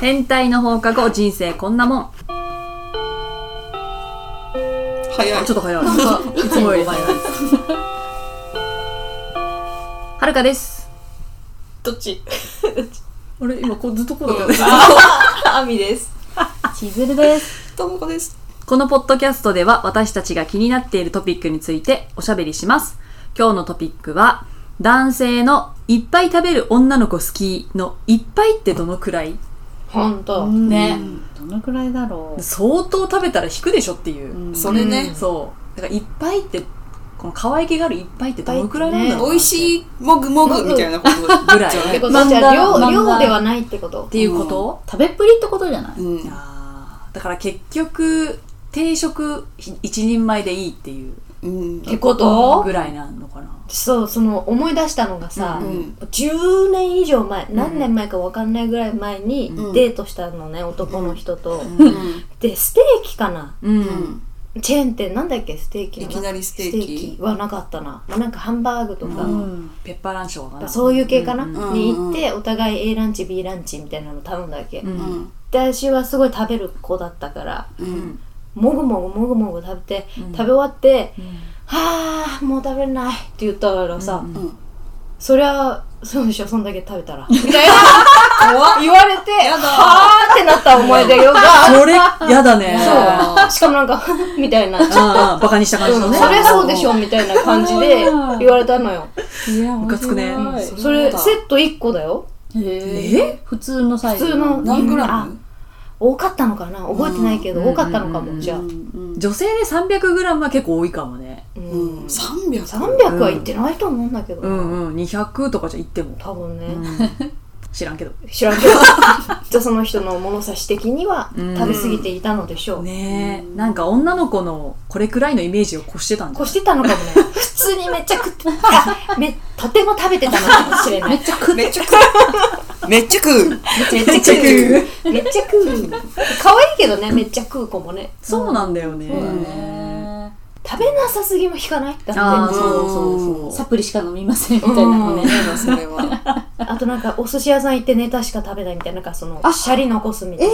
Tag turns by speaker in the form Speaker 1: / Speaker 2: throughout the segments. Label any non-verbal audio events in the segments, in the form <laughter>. Speaker 1: 変態の放課後人生こんなもん
Speaker 2: 早い
Speaker 1: ちょっと早いいつもより早いはるかです
Speaker 3: どっち
Speaker 1: あれ今こうずっとこうだったよね
Speaker 3: あみです。
Speaker 1: ちずるです
Speaker 2: ともこです
Speaker 1: このポッドキャストでは私たちが気になっているトピックについておしゃべりします今日のトピックは男性のいっぱい食べる女の子好きのいっぱいってどのくらい
Speaker 3: ほんと。
Speaker 1: ね
Speaker 4: うんどのくらいだろう
Speaker 1: 相当食べたら引くでしょっていう、
Speaker 4: うん
Speaker 2: それね、
Speaker 1: そうだからいっぱいってこの可愛げがあるいっぱいってどのくらいなんだろう
Speaker 2: 美味しいもぐもぐみたいなこと
Speaker 1: ぐらい
Speaker 2: じゃ
Speaker 3: って
Speaker 2: ない
Speaker 3: ことじゃ
Speaker 4: 漫画
Speaker 3: あ量、
Speaker 4: 漫画
Speaker 3: 量ではないってこと
Speaker 1: っ。ていうこと、
Speaker 4: 食べっぷりってことじゃない
Speaker 2: うん
Speaker 1: あーだから結局定食一人前でいいっていう
Speaker 2: うん
Speaker 3: ってこと
Speaker 1: ぐらいなのかな
Speaker 3: そう、その思い出したのがさ、
Speaker 2: うん
Speaker 3: 10年以上前、
Speaker 1: ん
Speaker 3: 何年前か分かんないぐらい前に
Speaker 2: うん
Speaker 3: デートしたのね、男の人と。
Speaker 2: うん
Speaker 3: で、ステーキかな
Speaker 1: うん、
Speaker 2: うん
Speaker 3: チェーン店なんだっけステーキ
Speaker 2: い
Speaker 3: の
Speaker 2: きなりス
Speaker 3: ス
Speaker 2: テ
Speaker 3: テ
Speaker 2: ー
Speaker 3: ー
Speaker 2: キ
Speaker 3: キはなかったな。まあなんかハンバーグとか。
Speaker 4: うん
Speaker 1: ペッパーランチとかかな
Speaker 3: そういう系かな、
Speaker 1: うん
Speaker 2: うん
Speaker 3: に行ってお互い A ランチ B ランチみたいなの頼んだわけ、
Speaker 1: うん
Speaker 2: うん
Speaker 3: 私はすごい食べる子だったから
Speaker 2: うん
Speaker 3: もぐもぐもぐもぐ食べて、
Speaker 1: うん
Speaker 3: 食べ終わって
Speaker 1: うん
Speaker 3: 「はあもう食べれない」って言ったからさ、
Speaker 1: うん
Speaker 2: うん
Speaker 3: そりゃそうでしょそんだけ食
Speaker 1: <laughs>
Speaker 3: べたらみたいな言われて「はあ」ってなった思い出よが
Speaker 1: それやだね
Speaker 3: <laughs> そうしかもなんか <laughs> みたいな。
Speaker 1: ああバカにした感じの
Speaker 3: うん
Speaker 1: ね
Speaker 3: そりゃそうでしょみたいな感じで言われたのよ。
Speaker 1: ムカつくね
Speaker 3: それセット1個だよ。
Speaker 4: え普通のサイズ
Speaker 3: 普通の
Speaker 2: 何グラム
Speaker 3: 多かったのかな覚えてないけど、
Speaker 1: うん
Speaker 3: 多かったのか
Speaker 1: うん
Speaker 3: も、じゃあ。
Speaker 2: うん
Speaker 1: 女性で 300g は結構多いかもね
Speaker 3: うん
Speaker 2: 300
Speaker 3: 300はいってないと思うんだけど
Speaker 1: う
Speaker 3: な、
Speaker 1: んうん200とかじゃいっても、
Speaker 3: 多分ね、
Speaker 1: 知らんけど
Speaker 3: 知らんけど <laughs> じゃあその人の物差し的には
Speaker 1: うん
Speaker 3: 食べ過ぎていたのでしょう、
Speaker 1: ねえなんか女の子のこれくらいのイメージを越してたんだ
Speaker 3: こうしてたのかもね普通にめっちゃ食ってあめとても食べてたのかもしれないめっちゃ食
Speaker 2: めっちゃ食うめっちゃ食う
Speaker 3: めっ
Speaker 1: めっちゃ食
Speaker 3: うめっちゃ食う可愛いけどねめっちゃ食う子もね
Speaker 1: そうなんだよね、
Speaker 4: そうだね
Speaker 3: 食べなさすぎも引かないだって
Speaker 1: あ
Speaker 3: あ
Speaker 1: あそうそうそう
Speaker 4: サプリしか飲みませんみたいなのね
Speaker 2: そうだそれは
Speaker 3: となんかお寿司屋さん行ってネタしか食べないみたいななんかその
Speaker 4: あ
Speaker 3: シャリ残すみたいな、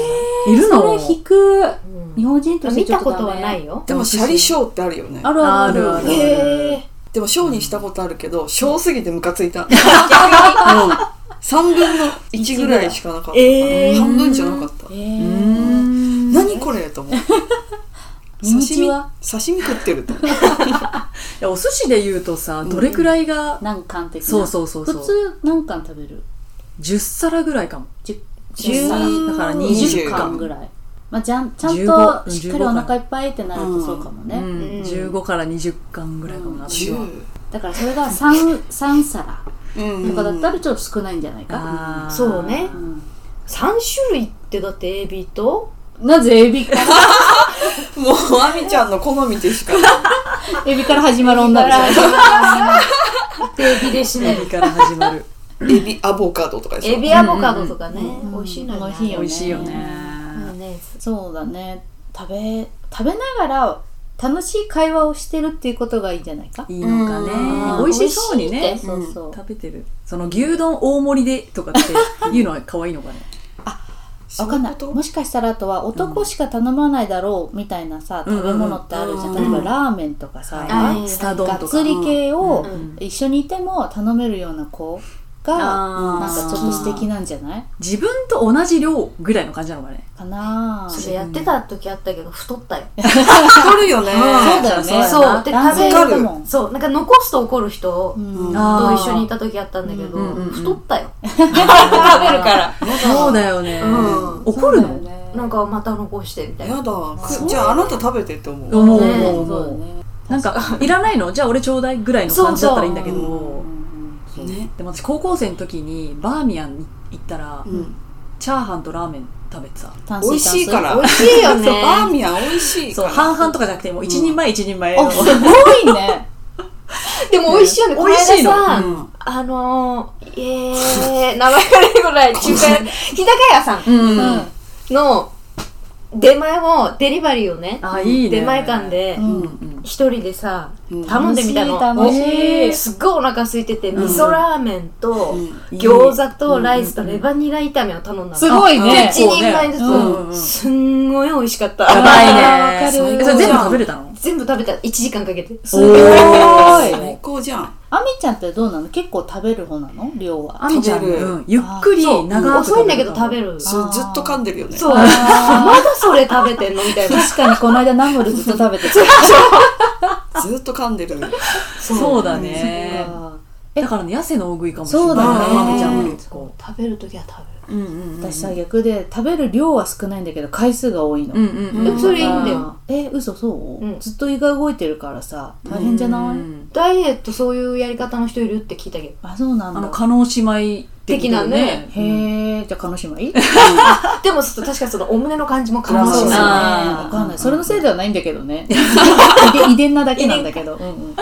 Speaker 1: いるの
Speaker 4: それ引く
Speaker 3: うん
Speaker 4: 日本人として
Speaker 3: 見
Speaker 4: ちょ
Speaker 3: た
Speaker 4: っ
Speaker 3: こ
Speaker 4: とダ
Speaker 3: と
Speaker 4: メ
Speaker 3: はないよ
Speaker 2: でもシャリショーってあるよね
Speaker 4: あるある
Speaker 1: あるある
Speaker 3: へえ
Speaker 2: でもショーにしたことあるけどショーすぎてムカついたうん3分の1ぐらいしかなかった
Speaker 3: えー
Speaker 2: 半分じゃなかった
Speaker 1: う
Speaker 4: え
Speaker 1: ー
Speaker 4: ー
Speaker 1: ん
Speaker 2: 何これと思って
Speaker 4: 身内は
Speaker 2: 刺身刺身食ってると思う
Speaker 1: いやお寿司で言うとさどれくらいが、
Speaker 4: 何貫的な
Speaker 1: そうそうそうそう
Speaker 4: 普通何貫食べる
Speaker 1: 10皿ぐらいかも
Speaker 4: 10
Speaker 3: 10
Speaker 1: だ
Speaker 4: 皿
Speaker 1: から
Speaker 2: 20
Speaker 4: 20
Speaker 2: か
Speaker 4: 貫ぐらいまあじゃんちゃん
Speaker 1: 15
Speaker 4: としっかりお腹いっぱいってなるとそうかも
Speaker 1: う
Speaker 4: ね、
Speaker 1: ん
Speaker 3: うん
Speaker 1: 15から20巻ぐらいかもな私は、
Speaker 2: 10
Speaker 4: だからそれが 3, 三皿
Speaker 2: うん
Speaker 4: とかだったらちょっと少ないんじゃないか、
Speaker 1: あー
Speaker 3: そうね
Speaker 4: うん
Speaker 3: 3種類ってだって AB と
Speaker 4: なぜエビから
Speaker 2: もうあみちゃんの好みでしか
Speaker 4: エビから始まる女でしょ
Speaker 3: エビでし
Speaker 1: エビから始まる
Speaker 2: エビアボカドとかでしょ
Speaker 3: エビアボカドとかね、
Speaker 4: うん
Speaker 3: 美味しいのよね
Speaker 4: 美味しい
Speaker 1: 美
Speaker 4: よ
Speaker 1: 味しいよね、
Speaker 3: うんね
Speaker 4: そうだね食べ食べながら楽しい会話をしてるっていうことがいいんじゃないか
Speaker 1: いいのか
Speaker 2: う
Speaker 1: ね
Speaker 2: ん
Speaker 1: 美味しそうに
Speaker 4: 美
Speaker 1: ね
Speaker 4: 味しいってそうそう、
Speaker 1: 食べてるその牛丼大盛りでとかっていうのは可愛いのかね
Speaker 4: わかんない
Speaker 2: そういうこ
Speaker 4: もしかしたらあとは男しか頼まないだろうみたいなさ、
Speaker 1: うん
Speaker 4: 食べ物ってあるじゃん、
Speaker 2: うん
Speaker 4: 例えばラーメンとかさ、
Speaker 3: はい
Speaker 1: スタ丼
Speaker 4: が
Speaker 1: と
Speaker 4: っ
Speaker 1: か
Speaker 4: つり系を
Speaker 1: うん
Speaker 4: 一緒にいても頼めるような子が、
Speaker 1: あー
Speaker 4: なんかちょっと素敵なんじゃない
Speaker 1: 自分と同じ量ぐらいの感じなのかね
Speaker 4: かなぁ
Speaker 3: それやってた時あったけど太ったよ、
Speaker 2: と太るよね
Speaker 4: そうだよね
Speaker 1: そう
Speaker 3: そうで食
Speaker 4: 男性
Speaker 3: べ
Speaker 2: わ
Speaker 4: だ
Speaker 2: かる
Speaker 4: もん、
Speaker 3: そうなんか残すと怒る人
Speaker 4: うん、
Speaker 1: あ
Speaker 3: と
Speaker 1: ー
Speaker 3: 一緒にいた時あったんだけど、
Speaker 1: うんうんうん
Speaker 3: 太ったよ、
Speaker 1: 食
Speaker 3: べるから
Speaker 1: そうだよね、
Speaker 2: うん
Speaker 1: 怒るの
Speaker 4: そうだよね
Speaker 3: なんかまた残してみたいな
Speaker 2: やだくじゃああなた食べてって思う
Speaker 1: 思う
Speaker 3: ね
Speaker 1: 思う思
Speaker 4: そうだ
Speaker 1: う、
Speaker 4: ね
Speaker 1: なんかいらないのじゃあ俺ちょうだいぐらいの感じだったらいいんだけど
Speaker 2: そう
Speaker 4: うんうんそう
Speaker 2: ね
Speaker 1: でも私高校生の時にバーミヤンに行ったら、
Speaker 2: うん
Speaker 1: チャーハンとラーメン食べてた
Speaker 4: 炭水
Speaker 2: 美味しいか
Speaker 4: 炭
Speaker 2: ら
Speaker 3: 美味しい
Speaker 2: <laughs>
Speaker 3: よ
Speaker 2: そうバー
Speaker 3: ね
Speaker 2: ミヤン美味しいか
Speaker 1: そう
Speaker 2: ら
Speaker 1: 半々とかじゃなくてもう一人前一人前
Speaker 4: 水あすごいね
Speaker 3: でも美味しいよねこの
Speaker 1: 美味しい
Speaker 3: 間
Speaker 1: の
Speaker 3: さ、
Speaker 2: うん
Speaker 3: あのー、えー、名前が出てこない中華屋日高屋さん
Speaker 1: うん、
Speaker 4: うん、
Speaker 3: の出前をデリバリーをね
Speaker 1: あいいね
Speaker 3: 出前館で
Speaker 4: うん
Speaker 1: うんうん
Speaker 3: 一人でさ
Speaker 2: うん
Speaker 3: 頼んでみたの
Speaker 4: 楽しい楽しい
Speaker 3: おすっごいお腹空いてて
Speaker 2: うん
Speaker 3: 味噌ラーメンと
Speaker 2: うん
Speaker 3: 餃子とライスとレバニラ炒めを頼んだ
Speaker 4: す
Speaker 3: の
Speaker 4: ごいね。
Speaker 3: 一人前ず
Speaker 2: うんうんうん
Speaker 3: つすんごい美味しかっ
Speaker 1: や
Speaker 4: や
Speaker 3: た
Speaker 1: ば
Speaker 4: ば
Speaker 1: い
Speaker 4: い
Speaker 1: ね
Speaker 4: ね
Speaker 1: え
Speaker 4: え
Speaker 1: そ
Speaker 4: そ
Speaker 1: れ
Speaker 4: れ
Speaker 1: 全
Speaker 2: 全
Speaker 1: 部
Speaker 2: 部
Speaker 1: 食
Speaker 2: 食
Speaker 1: べ
Speaker 2: べ
Speaker 1: れ
Speaker 2: れ
Speaker 1: たの
Speaker 3: 全部食べた1時間かけて
Speaker 4: すごい
Speaker 2: 最。高じゃん。
Speaker 4: あみちゃんってどうなの結構食べる方なの量は。
Speaker 1: あみちゃん、
Speaker 2: 食べる
Speaker 1: うんゆっくり
Speaker 3: そ
Speaker 1: 長
Speaker 3: う
Speaker 1: く
Speaker 3: 遅いんだけど食べる
Speaker 2: そ
Speaker 4: あー
Speaker 2: うずっと噛んでるよね。
Speaker 3: <laughs> そうまだそれ食べてんのみたいな
Speaker 4: 確かにこの間ナムルずっと食べてた。 <laughs>
Speaker 2: ずっと噛んだよね。
Speaker 1: そうだね。
Speaker 4: え
Speaker 1: だからね、痩せの大食いかもしれない。
Speaker 4: そうだね。
Speaker 1: あみちゃん
Speaker 2: うん
Speaker 1: は。
Speaker 3: こう食べるときは食
Speaker 1: うんうんうん。
Speaker 4: 私さ、逆で食べる量は少ないんだけど回数が多いの。
Speaker 1: うんうんうん。
Speaker 3: えそれいいんだよ。
Speaker 4: え、嘘そう、
Speaker 3: うん
Speaker 4: ずっと胃が動いてるからさ、大変じゃない、
Speaker 1: うん
Speaker 3: べるダイエットそういうやり方の人いるって聞いたけど
Speaker 4: あ、そうなん
Speaker 1: あ
Speaker 4: だ。
Speaker 1: の、加納姉妹的なね。
Speaker 4: へえ、じゃあ、鹿児島いい
Speaker 3: でもちょっと確かにそのお胸の感じも感
Speaker 2: あ
Speaker 3: じ
Speaker 2: そう
Speaker 4: ね。
Speaker 2: だ
Speaker 4: わかんない。それのせいではないんだけどね。遺伝遺伝なだけなんだけど。うんうんうん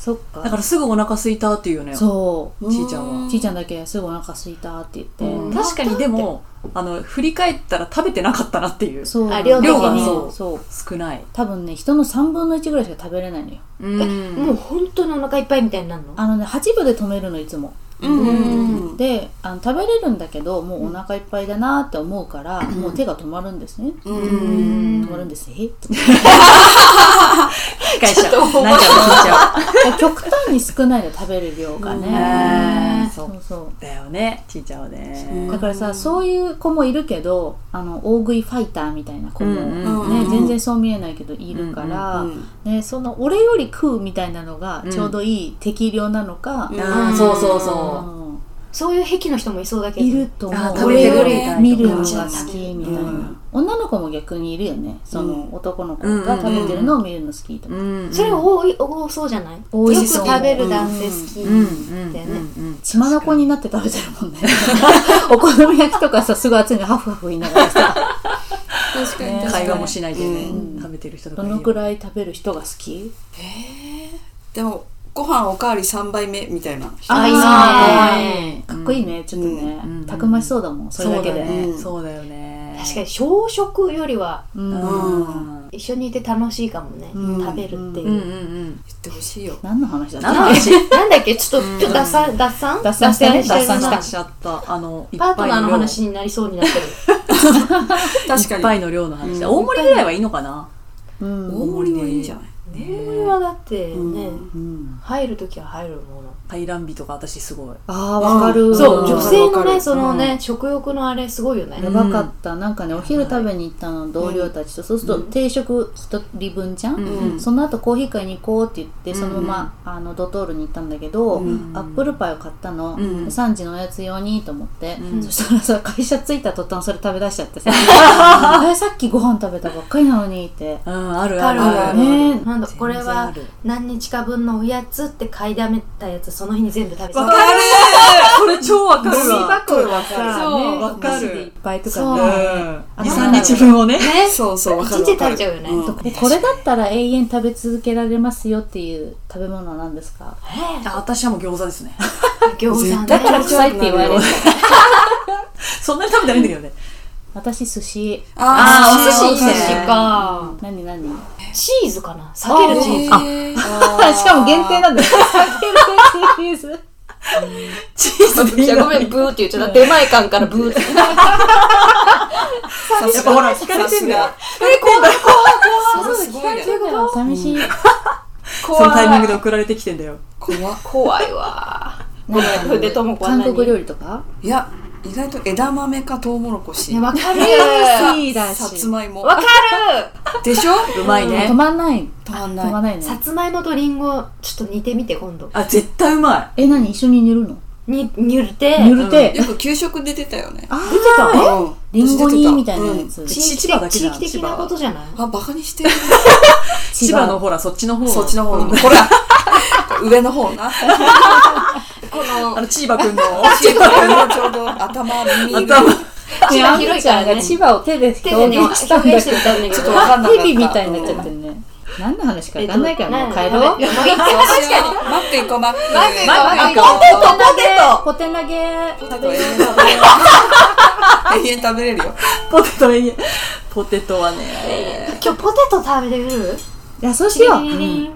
Speaker 4: そっか。
Speaker 1: だからすぐお腹空いたっていうよね。
Speaker 4: そ
Speaker 1: ちいちゃんは
Speaker 4: う。ちいちゃんだけすぐお腹すいたって言
Speaker 1: うん
Speaker 4: って。
Speaker 1: 確かにでも、あの、振り返ったら食べてなかったなっていう。少
Speaker 4: そう。
Speaker 3: あ量
Speaker 4: 的
Speaker 3: 的に
Speaker 4: に
Speaker 1: そう
Speaker 4: そう。
Speaker 1: ない。
Speaker 4: 多分ね、人の3分の1ぐらいしか食べれないのよ。
Speaker 1: う
Speaker 3: えもう。本当にお腹いっぱいみたいになるの
Speaker 4: あのね、8分で止めるの、いつも。
Speaker 2: うん
Speaker 3: うん
Speaker 4: で、あの食べれるんだけど、もうお腹いっぱいだなって思うから、もう手が止まるんですね。
Speaker 2: うん
Speaker 1: う
Speaker 2: うん
Speaker 1: ん。
Speaker 4: 止まるんです。え
Speaker 1: 理解しちゃ
Speaker 3: ちょっ
Speaker 1: う。
Speaker 3: と
Speaker 1: 泣いちゃう。泣いちゃ
Speaker 4: 極端に少ないの食べる量が
Speaker 1: う。
Speaker 4: ね。
Speaker 1: えーそう
Speaker 4: そうそう。
Speaker 1: だよね。ちいちゃんはね。
Speaker 2: ん
Speaker 4: だからさ、そういう子もいるけどあの大食いファイターみたいな子も、
Speaker 1: うん
Speaker 4: ね
Speaker 2: うんうん
Speaker 4: 全然そう見えないけどいるから、ね、その俺より食うみたいなのが
Speaker 1: うん
Speaker 4: ちょうどいい適量なのか、
Speaker 2: うん
Speaker 1: あーそうそうそ
Speaker 4: うん
Speaker 3: そういう癖の人もいそうだけど
Speaker 4: いると
Speaker 1: あ
Speaker 4: 思う
Speaker 1: 食べて
Speaker 4: 俺
Speaker 1: る
Speaker 4: より見るのが好きみたいな、
Speaker 1: うん
Speaker 4: 女の子も逆にいるよねその、
Speaker 2: うん
Speaker 4: 男の子が食べてるのを見るの好きと
Speaker 1: う。
Speaker 4: か、
Speaker 1: うん
Speaker 3: それ。多い多そうじゃない
Speaker 4: 多い
Speaker 3: よく
Speaker 4: そう
Speaker 3: 食べる男性好き、
Speaker 1: うんうん。
Speaker 3: だよ
Speaker 1: う
Speaker 3: ね
Speaker 1: ん
Speaker 4: 血まなこになって食べてるもんね <laughs> お好み焼きとかさすごい熱いのハフハフ言いながらさ
Speaker 2: 確かに
Speaker 1: うん。会話もしないでね
Speaker 2: う。
Speaker 1: 食べてる人とか
Speaker 4: ど
Speaker 1: いる。
Speaker 4: のく
Speaker 1: い
Speaker 4: らい食べる人が好き
Speaker 2: でもご飯おかわり三杯目みたいな。
Speaker 3: あいいね
Speaker 1: ね
Speaker 4: かっこいいね、ちょっとね、
Speaker 1: うん
Speaker 4: たくましそうだもんそれだけ
Speaker 1: そう
Speaker 4: で
Speaker 1: だね
Speaker 2: うん
Speaker 1: そうだよね。
Speaker 3: 確かに小食よりは
Speaker 4: うん
Speaker 2: うん
Speaker 3: 一緒にいて楽しいかもね、
Speaker 4: うん
Speaker 3: 食べるっていう、
Speaker 1: うんうんうん。
Speaker 2: 言ってほしいよ。
Speaker 4: 何の話だっ
Speaker 1: 何
Speaker 4: た
Speaker 1: の話
Speaker 3: なんだっけちょっ
Speaker 1: うん
Speaker 3: と、ちょっと脱散、脱散
Speaker 4: 脱散して
Speaker 3: 脱
Speaker 4: ね
Speaker 3: 散して
Speaker 4: 脱散し
Speaker 3: る
Speaker 4: た
Speaker 3: な
Speaker 1: しちゃった。あの、いっぱ
Speaker 3: パ
Speaker 1: い
Speaker 3: ートナーの話になりそうにな <laughs> ってる。
Speaker 2: 確か
Speaker 1: いっぱ
Speaker 2: に。
Speaker 1: いの量の話
Speaker 2: うん
Speaker 1: 大盛りぐらいはいいのかな
Speaker 4: うん
Speaker 2: 大盛りはいいんじゃない。
Speaker 3: 大盛りはだってね、
Speaker 2: うん
Speaker 4: うん
Speaker 3: 入るときは入るもの。
Speaker 1: 回覧日とか私すごい
Speaker 4: あーわかる、
Speaker 2: うん
Speaker 3: そう、
Speaker 2: わ
Speaker 3: 女
Speaker 2: かる
Speaker 3: 性の
Speaker 2: わか
Speaker 3: ね、
Speaker 2: る
Speaker 3: その
Speaker 1: う
Speaker 3: ね、食欲のあれすごいよね。
Speaker 4: やばかった、なんかねお昼食べに行ったの同僚たちと、そうすると定食一人分じゃん、
Speaker 1: うん
Speaker 4: その後コーヒー会に行こうって言ってそのまま、あのドトールに行ったんだけど、
Speaker 2: うん
Speaker 4: アップルパイを買ったの、
Speaker 1: うん
Speaker 4: 3時のおやつ用にと思って、
Speaker 1: うん
Speaker 4: そしたらさ会社着いた途端それ食べ出しちゃって <laughs> さ「あれさっきご飯食べたばっかりなのに」って
Speaker 1: うんある
Speaker 3: あ
Speaker 1: あ
Speaker 3: る
Speaker 1: る
Speaker 3: あ
Speaker 1: あ
Speaker 3: る
Speaker 1: る
Speaker 4: ねえ
Speaker 3: なんだ、これ
Speaker 1: 全然あ
Speaker 3: は
Speaker 1: る
Speaker 3: 何日か分のおやつって買いだめたやつ、その日に全部食べちゃ
Speaker 2: わ
Speaker 3: う。
Speaker 2: かる。これ超わかるわ。
Speaker 4: ゴミ箱
Speaker 2: わ
Speaker 4: さ
Speaker 2: そう
Speaker 4: ね
Speaker 2: わか
Speaker 4: お菓子でいっ
Speaker 2: る。
Speaker 4: ぱいと
Speaker 3: そう
Speaker 4: かね
Speaker 2: うん
Speaker 4: あ
Speaker 1: 二
Speaker 4: の
Speaker 1: 三日分をね
Speaker 3: ね
Speaker 2: そうそうわかる。
Speaker 3: 一日で食べちゃうよね
Speaker 2: ん
Speaker 4: でこれだったら永遠食べ続けられますよっていう食べ物は何ですか
Speaker 1: あ私はもう餃子ですね <laughs>
Speaker 3: 餃子ね。
Speaker 2: 絶対
Speaker 4: だから臭いって言われる
Speaker 2: うん
Speaker 1: そんなに食べてないんだけどね
Speaker 4: 私寿司
Speaker 1: あーお
Speaker 2: ー
Speaker 1: 寿司いいね
Speaker 3: 寿司か。
Speaker 4: 何何
Speaker 3: チーズかな避けるチーズ。
Speaker 2: あ
Speaker 4: あしかも限定なんだよ避けるシリーズ
Speaker 1: チーズでいい
Speaker 3: いやご
Speaker 1: の
Speaker 3: めん、ブーって言っちゃった。出前感からブーって。
Speaker 2: だ
Speaker 1: やっぱほら惹かれてんだよ
Speaker 2: それすごいね
Speaker 4: 寂しい
Speaker 1: そのタイミングで送られてきてんだよ
Speaker 2: 怖っ
Speaker 3: 怖いわごめん筆ともこは
Speaker 4: 韓
Speaker 3: 何
Speaker 4: 国料理とか
Speaker 2: いや意外と枝豆かトウモロコシ
Speaker 3: ねわかる
Speaker 4: いいら
Speaker 2: さ
Speaker 4: し
Speaker 2: つ
Speaker 4: い
Speaker 2: まいも
Speaker 3: わかる
Speaker 2: でしょ
Speaker 1: うまい
Speaker 4: 止
Speaker 1: ね
Speaker 4: まんない
Speaker 2: 止まん
Speaker 4: 止まん
Speaker 2: ない
Speaker 4: ないね
Speaker 3: さつまいもとりんごちょっと煮てみて今度
Speaker 1: あ絶対うま
Speaker 4: え何一緒に煮るの
Speaker 3: に煮るて
Speaker 4: 煮
Speaker 1: い
Speaker 4: るて
Speaker 2: よく給食で出てたよね
Speaker 4: あ
Speaker 3: 出てたえ
Speaker 2: うん
Speaker 4: リンゴ煮みたいな
Speaker 2: う
Speaker 4: や
Speaker 2: ん
Speaker 4: つ
Speaker 1: ん
Speaker 3: 地域
Speaker 1: 千葉だけじ
Speaker 3: 的地
Speaker 1: ゃん
Speaker 3: 域的なことじゃない
Speaker 2: あバカにしてる
Speaker 1: 千葉のほらそっちの方
Speaker 2: そっちの方
Speaker 1: う
Speaker 2: の
Speaker 1: ん
Speaker 2: これ上の方な
Speaker 3: こ
Speaker 1: あ
Speaker 3: の
Speaker 1: の千葉くんの
Speaker 2: ちょうど頭耳ぐらい
Speaker 1: 頭
Speaker 3: 千葉広いからね
Speaker 4: 千葉を手で
Speaker 3: 手でね
Speaker 4: 表現したんだ
Speaker 3: 表現してみたんだけど
Speaker 4: ちょっと
Speaker 2: わかんなかった
Speaker 4: ヘビみたいになっちゃってるね何の話かわかんないからもう帰ろう
Speaker 3: えっとなんだ
Speaker 2: 確かにマック行こうマック
Speaker 3: マック行こ
Speaker 2: マック
Speaker 4: ポテトポテ投げ
Speaker 2: ポテト永遠食べれる永遠食べれるよ
Speaker 1: ポテトいいポテトはね
Speaker 3: 今日ポテト食べてくる
Speaker 5: いやそうしよう
Speaker 4: リリリリン